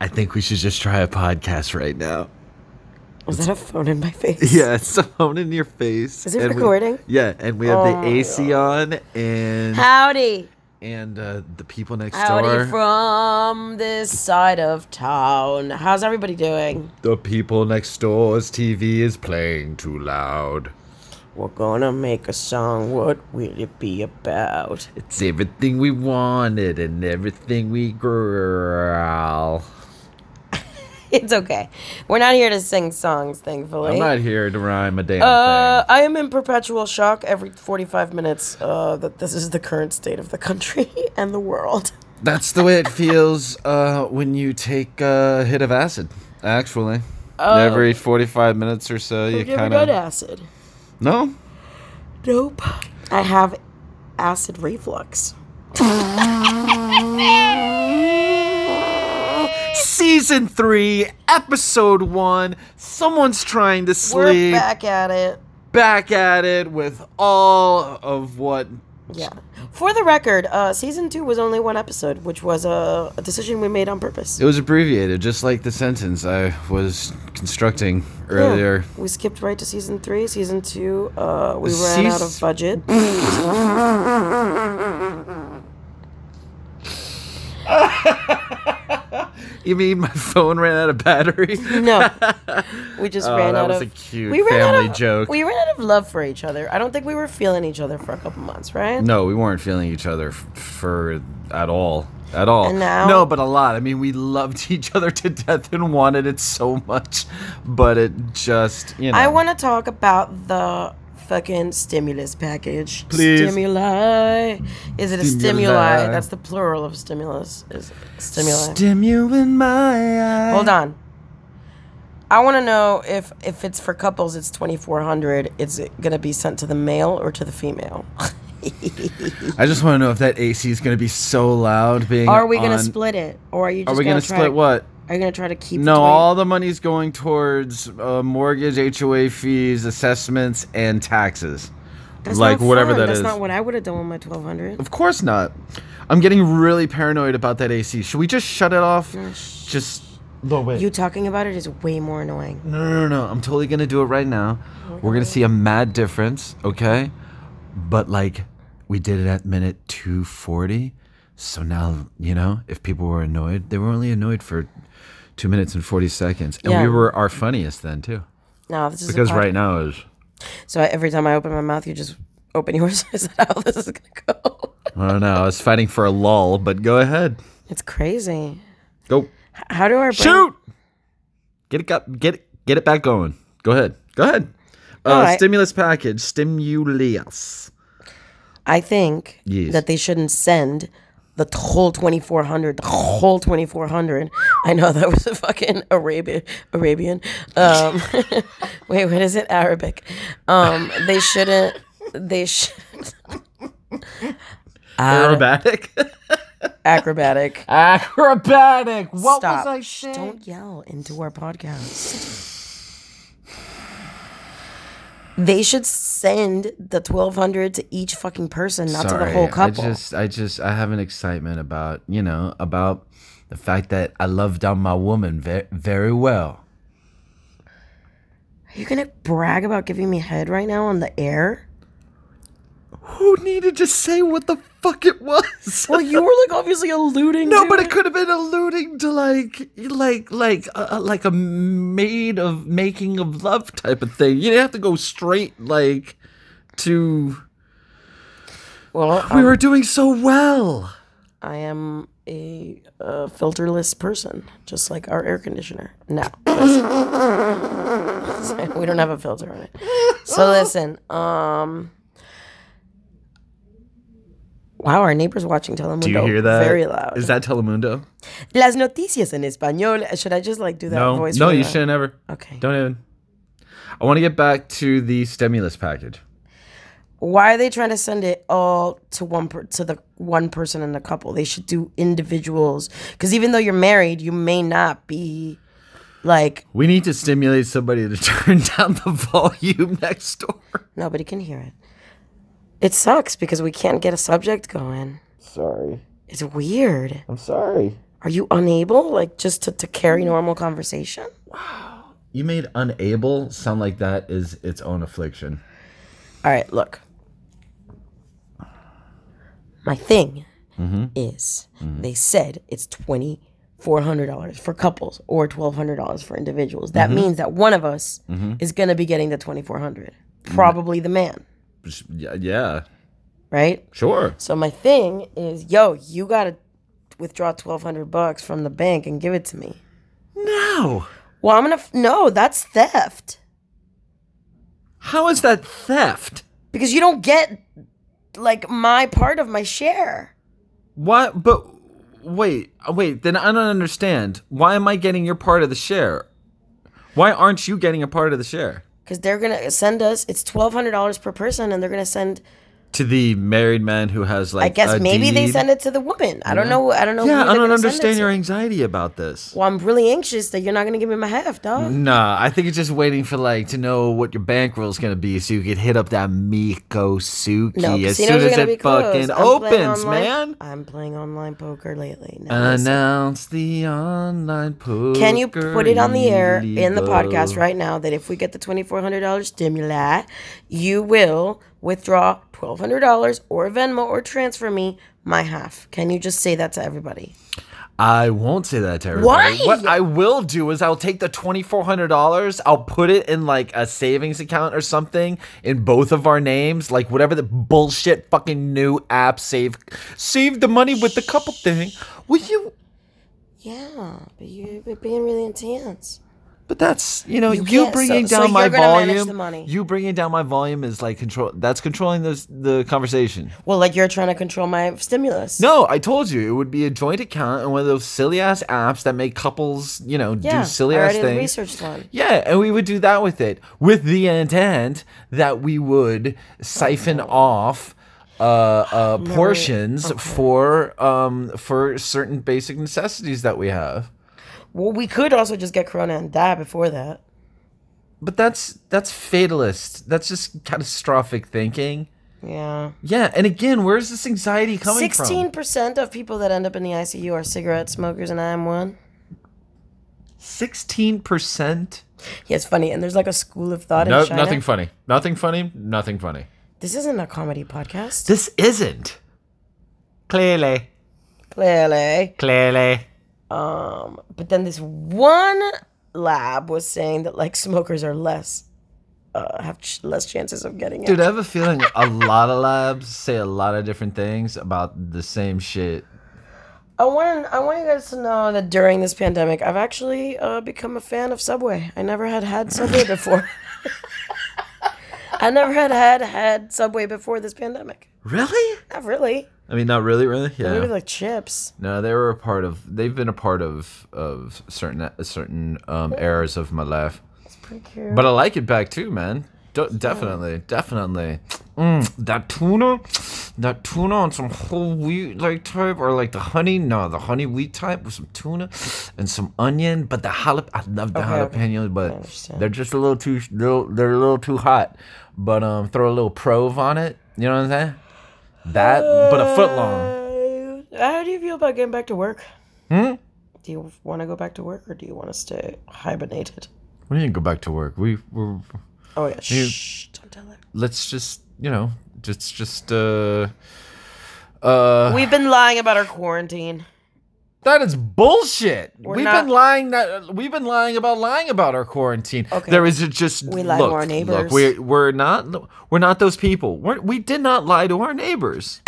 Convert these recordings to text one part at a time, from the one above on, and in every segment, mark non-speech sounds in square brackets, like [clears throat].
I think we should just try a podcast right now. Was that a phone in my face? [laughs] Yeah, it's the phone in your face. Is it and we- recording? yeah, and we have Oh the my AC on and Howdy. and uh, the people next door. Howdy from this side of town. How's everybody doing? the people next door's TV is playing too loud. We're gonna make a song. What will it be about? It's everything we wanted and everything we growl. [laughs] It's okay. We're not here to sing songs, thankfully. I'm not here to rhyme a damn uh, thing. I am in perpetual shock every 45 minutes uh, that this is the current state of the country [laughs] and the world. That's the way it feels uh, when you take a hit of acid. Actually, every forty-five minutes or so, you Have Oh. you ever kind done of acid? no. Nope. I have acid reflux. Season three, episode one. Someone's trying to We're sleep. back at it. Back at it with all of what. Yeah. For the record, uh, season two was only one episode, which was a, a decision we made on purpose. It was abbreviated, just like the sentence I was constructing earlier. Yeah. We skipped right to season three. Season two, uh, we The ran out seas- of [laughs] budget. [laughs] Oh, You mean my phone ran out of battery? No, we just ran Oh, that out was of. a cute we ran family out of, joke. We ran out of love for each other. I don't think we were feeling each other for a couple months, right? No, we weren't feeling each other f- for at all. At all. And now- no, but a lot. I mean, we loved [laughs] each other to death and wanted it so much, but it just, you know. I want to talk about the fucking stimulus package. Please. Stimuli. Is it a stimuli? Stimuli. That's the plural of stimulus. Is stimuli. Stimu in my eye. Hold on. I want to know if if it's for couples, it's twenty four hundred. Is it gonna be sent to the male or to the female? I just want to know if that AC is going to be so loud being [laughs] are we gonna on- split it, or are you? Just Are we gonna, going to try split to, what? Are you gonna try to keep? No, the 20 all the money's going towards uh, mortgage, HOA fees, assessments, and taxes. That's like not whatever fun. that That's is. not what I would have done with my twelve hundred. Of course not. I'm getting really paranoid about that AC. Should we just shut it off? Just no wait. You talking about it is way more annoying. no, no, no, no. I'm totally gonna do it right now. We're gonna see a mad difference, okay? But like, we did it at minute 240. So now you know if people were annoyed, they were only annoyed for two minutes and 40 seconds, and Yeah. we were our funniest then too. No, this is a Because pod- right now is So I, every time I open my mouth, you just open yours. [laughs] is that how this is gonna go? I don't know. I was fighting for a lull, but go ahead, it's crazy. go H- How do our brain- shoot. Get it, got, get it, get it back going. Go ahead, go ahead. Uh, All right. Stimulus package, stimulus. I think Yes. that they shouldn't send the whole 2400 the whole 2400 i know that was a fucking arabian arabian um [laughs] wait what is it arabic um they shouldn't they should Aerobatic. [laughs] acrobatic Acrobatic. What was stop I Shh, saying? don't yell into our podcast they should send the 1200 to each fucking person not to the whole couple I just, I just, I have an excitement about, you know, about the fact that I love down my woman very, very well. are you gonna brag about giving me head right now on the air Who needed to say what the fuck it was? [laughs] [laughs] Well, you were like obviously alluding. No, to but it could have been alluding to like, like, like, uh, like a made of making of love type of thing. You didn't have to go straight like to. Well, We were doing so well. I am a uh, filterless person, just like our air conditioner. No, [laughs] listen. we don't have a filter on it. So listen, um. Wow, our neighbor's watching Telemundo. Do you hear that? Very loud. Is that Telemundo? Las noticias en español. Should I just like do that No, voice? no, really you loud? shouldn't ever. Okay. Don't even. I want to get back to the stimulus package. Why are they trying to send it all to one per- to the one person in the couple? They should do individuals because even though you're married, you may not be like We need to stimulate somebody to [laughs] turn down the volume next door. nobody can hear it. It sucks because we can't get a subject going. Sorry, It's weird. I'm sorry. are you unable like just to, to carry normal conversation? You made unable sound like that is its own affliction. All right, look. My thing is, they said it's twenty four hundred dollars for couples or twelve hundred dollars for individuals. That means that one of us is gonna be getting the twenty four hundred, probably the man, Sh- Yeah, yeah, right? sure. So my thing is, yo, you gotta withdraw twelve hundred bucks from the bank and give it to me. No. Well, I'm gonna f- no, that's theft How is that theft? because you don't get like my part of my share. What? But wait, uh, wait. Then I don't understand. Why am I getting your part of the share? Why aren't you getting a part of the share? because they're gonna send us it's twelve hundred dollars per person, and they're gonna send. To the married man who has like. I guess a maybe they deed? send it to the woman. I don't know. I don't know. who Yeah, they're I don't gonna send it understand to. your anxiety about this. Well, I'm really anxious that you're not gonna give me my half, dog. Nah, I think it's just waiting for like to know what your bankroll's gonna be, so you could hit up that Miko Suki No, as casinos soon are as gonna it be closed. fucking I'm playing opens, online- man. I'm playing online poker lately. Now, listen. Announce the online poker. can you put it on the air in the illegal. podcast right now that if we get the twenty four hundred dollars stimuli, you will withdraw twelve hundred dollars or Venmo or transfer me my half? Can you just say that to everybody? I won't say that to everybody. Why? What I will do is I'll take the twenty four hundred dollars. I'll put it in like a savings account or something in both of our names, like whatever the bullshit fucking new app save save the money with the couple thing. Will you? Yeah, but you- you're being really intense. But that's you know you, can't- bringing so- so down my you're gonna manage volume. the money. You bringing down my volume is like control. That's controlling this the conversation. Well, like you're trying to control my stimulus. No, I told you it would be a joint account and one of those silly ass apps that make couples you know yeah, do silly I ass already things. researched one. Yeah, and we would do that with it, with the intent that we would siphon off uh, uh, portions for um, for certain basic necessities that we have. Well, we could also just get corona and die before that. But that's that's fatalist. That's just catastrophic thinking. Yeah. Yeah, and again, where's this anxiety coming Sixteen from? percent of people that end up in the ICU are cigarette smokers, and I am one. Sixteen percent. Yeah, it's funny, and there's like a school of thought in China. funny. Nothing funny. Nothing funny. This isn't a comedy podcast. This isn't. Clearly, Clearly. clearly. Um, but then this one lab was saying that like smokers are less uh, have ch- less chances of getting it. Dude, I have a feeling a lot of labs say a lot of different things about the same shit. I want I want you guys to know that during this pandemic, I've actually uh, become a fan of Subway. I never had had Subway [laughs] before. I never had had had Subway before this pandemic. Really? Not really. I mean, not really, really. Maybe Yeah. like chips. No, they were a part of. They've been a part of of certain certain um, eras of my life. It's pretty cute. But I like it back too, man. D- definitely, definitely. Mm, that tuna, that tuna on some whole wheat like type, or like the honey. No, the honey wheat type with some tuna and some onion. But the jalap, I love the okay. jalapenos, but understand. they're just a little too, little, they're a little too hot. But um, throw a little prove on it. You know what I'm saying? That, but a foot long. Uh, how do you feel about getting back to work? Hmm. Do you want to go back to work or do you want to stay hibernated? We need to go back to work. We we're Oh yeah. Shh. Don't tell her. let's just you know just just uh uh We've been lying about our quarantine. That is bullshit. we've not- been lying. That we've been lying about lying about our quarantine. Okay. There is a just we lie to look, our Look, neighbors. we're we're not we're not those people. We're, we did not lie to our neighbors.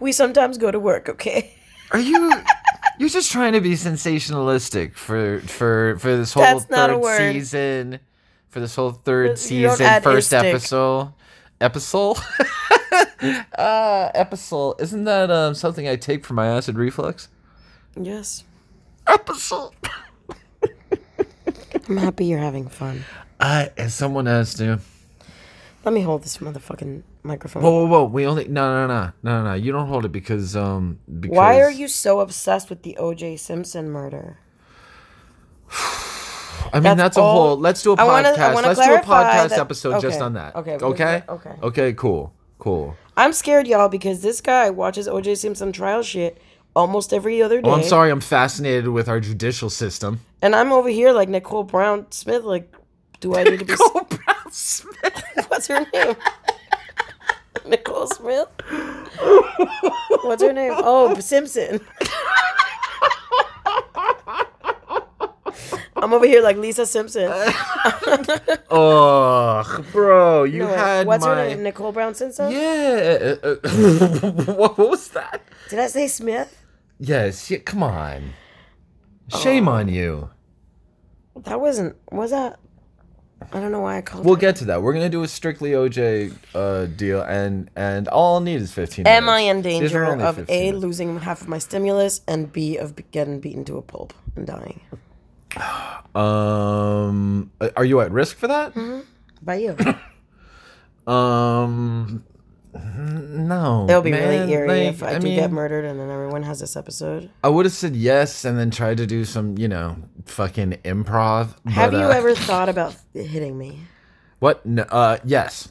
We sometimes go to work. Okay. Are you? [laughs] you're just trying to be sensationalistic for for for this whole That's not third a word. season, for this whole third You don't season add first istic. episode episode. [laughs] uh, episode isn't that um, something I take for my acid reflux? Yes. Episode. I'm happy you're having fun. [laughs] I and someone has to. Let me hold this motherfucking microphone. Whoa, whoa, whoa! We only no, no, no, no, no, no. You don't hold it because um. Because Why are you so obsessed with the O.J. Simpson murder? I mean, that's, that's a all- whole. Let's do a I podcast. wanna- I wanna let's do a clarify podcast that- episode just okay, on that. okay, we- Okay. okay. Okay. Cool. Cool. I'm scared, y'all, because this guy watches O.J. Simpson trial shit almost every other day. Well, Oh, I'm sorry, I'm fascinated with our judicial system. [laughs] And I'm over here like Nicole Brown Smith. Like, do I need to be? Brown Smith. [laughs] What's her [laughs] name? Nicole Smith. What's her name? [laughs] Oh, Simpson. I'm over here like Lisa Simpson. Oh, bro, [laughs] you had What's my. her name? Nicole Brown Simpson. Yeah. [laughs] uh, uh, what, what was that? Did I say Smith? Yes. Yeah, come on. Shame Oh. on you. That wasn't. Was that? I don't know why I called. We'll Well, get to that. We're gonna do a strictly OJ uh, deal, and and all I'll need is fifteen. Am I minutes. in These are danger only of 15 a minutes. losing half of my stimulus and b of be- getting beaten to a pulp and dying Um, uh, are you at risk for that? Mm-hmm. by you? Um, n- no. [laughs] It'll be man, really eerie like, if I, do get murdered and then everyone has this episode. I would have said yes and then tried to do some, you know, fucking improv. Have but, you uh, ever thought about hitting me? What? No, uh, yes.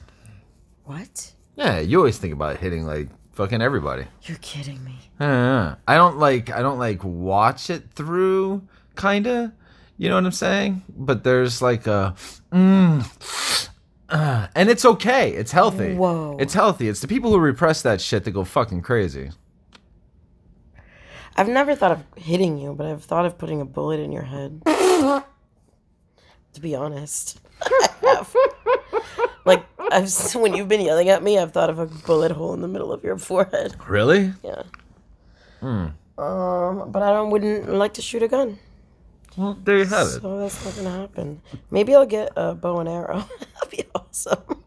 What? Yeah, you always think about hitting like fucking everybody. You're kidding me. Uh, I don't like I don't like watch it through kinda. You know what I'm saying? But there's like a mm, uh, and it's okay. It's healthy. Whoa. It's healthy. It's the people who repress that shit that go fucking crazy. I've never thought of hitting you, but I've thought of putting a bullet in your head. to be honest, [laughs] I have. Like I've s- when you've been yelling at me, I've thought of a bullet hole in the middle of your forehead. [laughs] Really? Yeah. Hmm. Um, but I don't wouldn't like to shoot a gun, Well, there you have it. so that's not gonna happen. Maybe I'll get a bow and arrow. [laughs] That'd be awesome.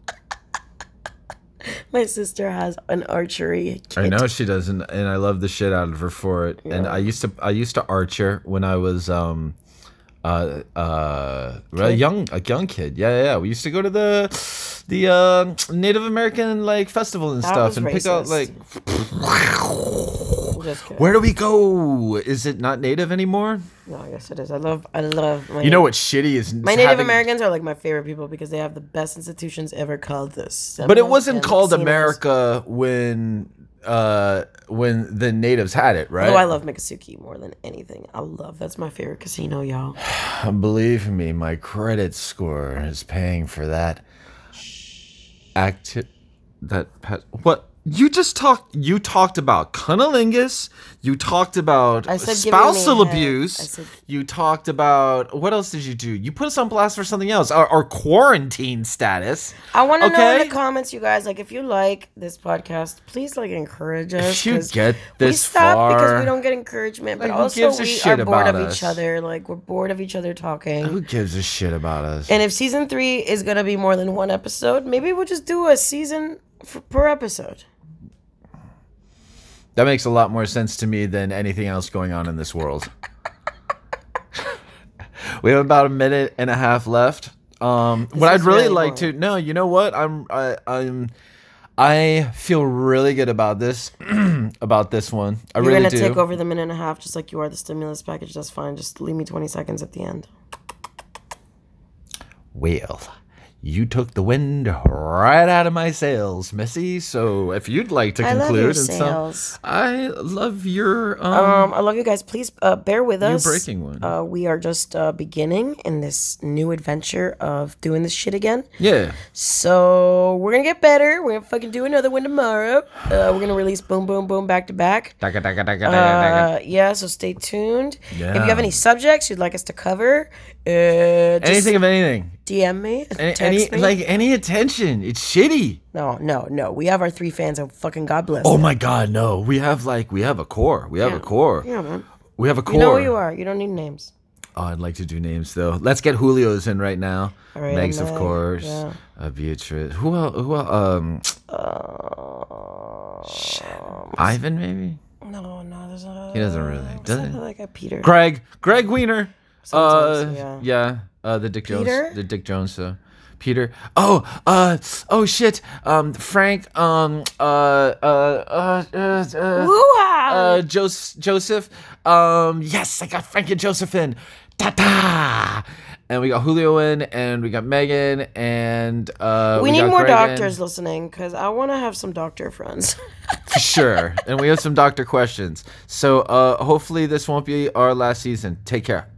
[laughs] My sister has an archery. Kit. I know she does and, and I love the shit out of her for it. And I used to I used to archer when I was um uh uh a young a young kid. Yeah, yeah, yeah. We used to go to the the uh, Native American like festival and stuff was and pick out racist. like I'm just kidding. Where do we go? Is it not native anymore? No, I guess it is. I love. I love. My You know what's shitty is My Native Americans are like my favorite people because they have the best institutions ever called this. But it wasn't called America when uh when the natives had it, right? Oh, I love Miccosukee more than anything. I love that's my favorite casino, y'all. Believe me, my credit score is paying for that. Acti- that pet. What you just talked? You talked about cunnilingus. You talked about I said give me spousal head. abuse. I said- you talked about what else did you do? You put us on blast for something else. Our, our quarantine status. I want to know in Okay. the comments, you guys, like if you like this podcast, please like encourage us. If you 'cause get we this stop because far- we don't get encouragement, but Like, who also gives a we shit are bored about of us? each other. Like we're bored of each other talking. Who gives a shit about us? And if season three is gonna be more than one episode, maybe we'll just do a season f per episode. that makes a lot more sense to me than anything else going on in this world. we have about a minute and a half left. Um, what I'd is really really like to no, you know what? I'm I, I'm I feel really good about this [clears throat] about this one. I You're really gonna do. take over the minute and a half, just like you are the stimulus package. That's fine. Just leave me 20 seconds at the end. Well, you took the wind right out of my sails, Missy. So if you'd like to I conclude, love your and some- sails. I love your um, Um, I love you guys. Please uh, bear with us. breaking one. Uh, we are just uh, beginning in this new adventure of doing this shit again. yeah. So we're gonna get better. We're gonna fucking do another one tomorrow. Uh, we're gonna release boom, boom, boom back to back. Daga, daga, daga, daga, daga. Uh, yeah, so stay tuned. If Yeah. you have any subjects you'd like us to cover, uh, just anything of anything. DM me, Any, text any me. like any attention. It's shitty. no, no, no. We have our three fans, and fucking God bless. Oh my god, no. We have like we have a core. We have a core. Yeah, man. We have a core. You know who you are. You don't need names. Oh, I'd like to do names though. Let's get Julio's in right now. All right, Megs, of Meg, course. yeah. Uh, Beatrice. Who else? Who else? Um, Ivan maybe. No, no, there's a. He doesn't really. Does Does he? like a Peter? Greg. Greg Wiener. Uh, Sometimes, yeah. Uh, the Dick Peter? Jones. The Dick Jones. Uh, Peter. Oh, uh, oh shit. Um, Frank. Um, uh, uh, uh, uh, uh, Oh. uh Jos- Joseph. Um, yes, I got Frank and Joseph in. Ta ta. And we got Julio in, and we got Megan, and uh, we, need got more Greg in. doctors listening because I want to have some doctor friends. [laughs] [laughs] For sure. And we have some doctor questions. So uh, hopefully this won't be our last season. Take care.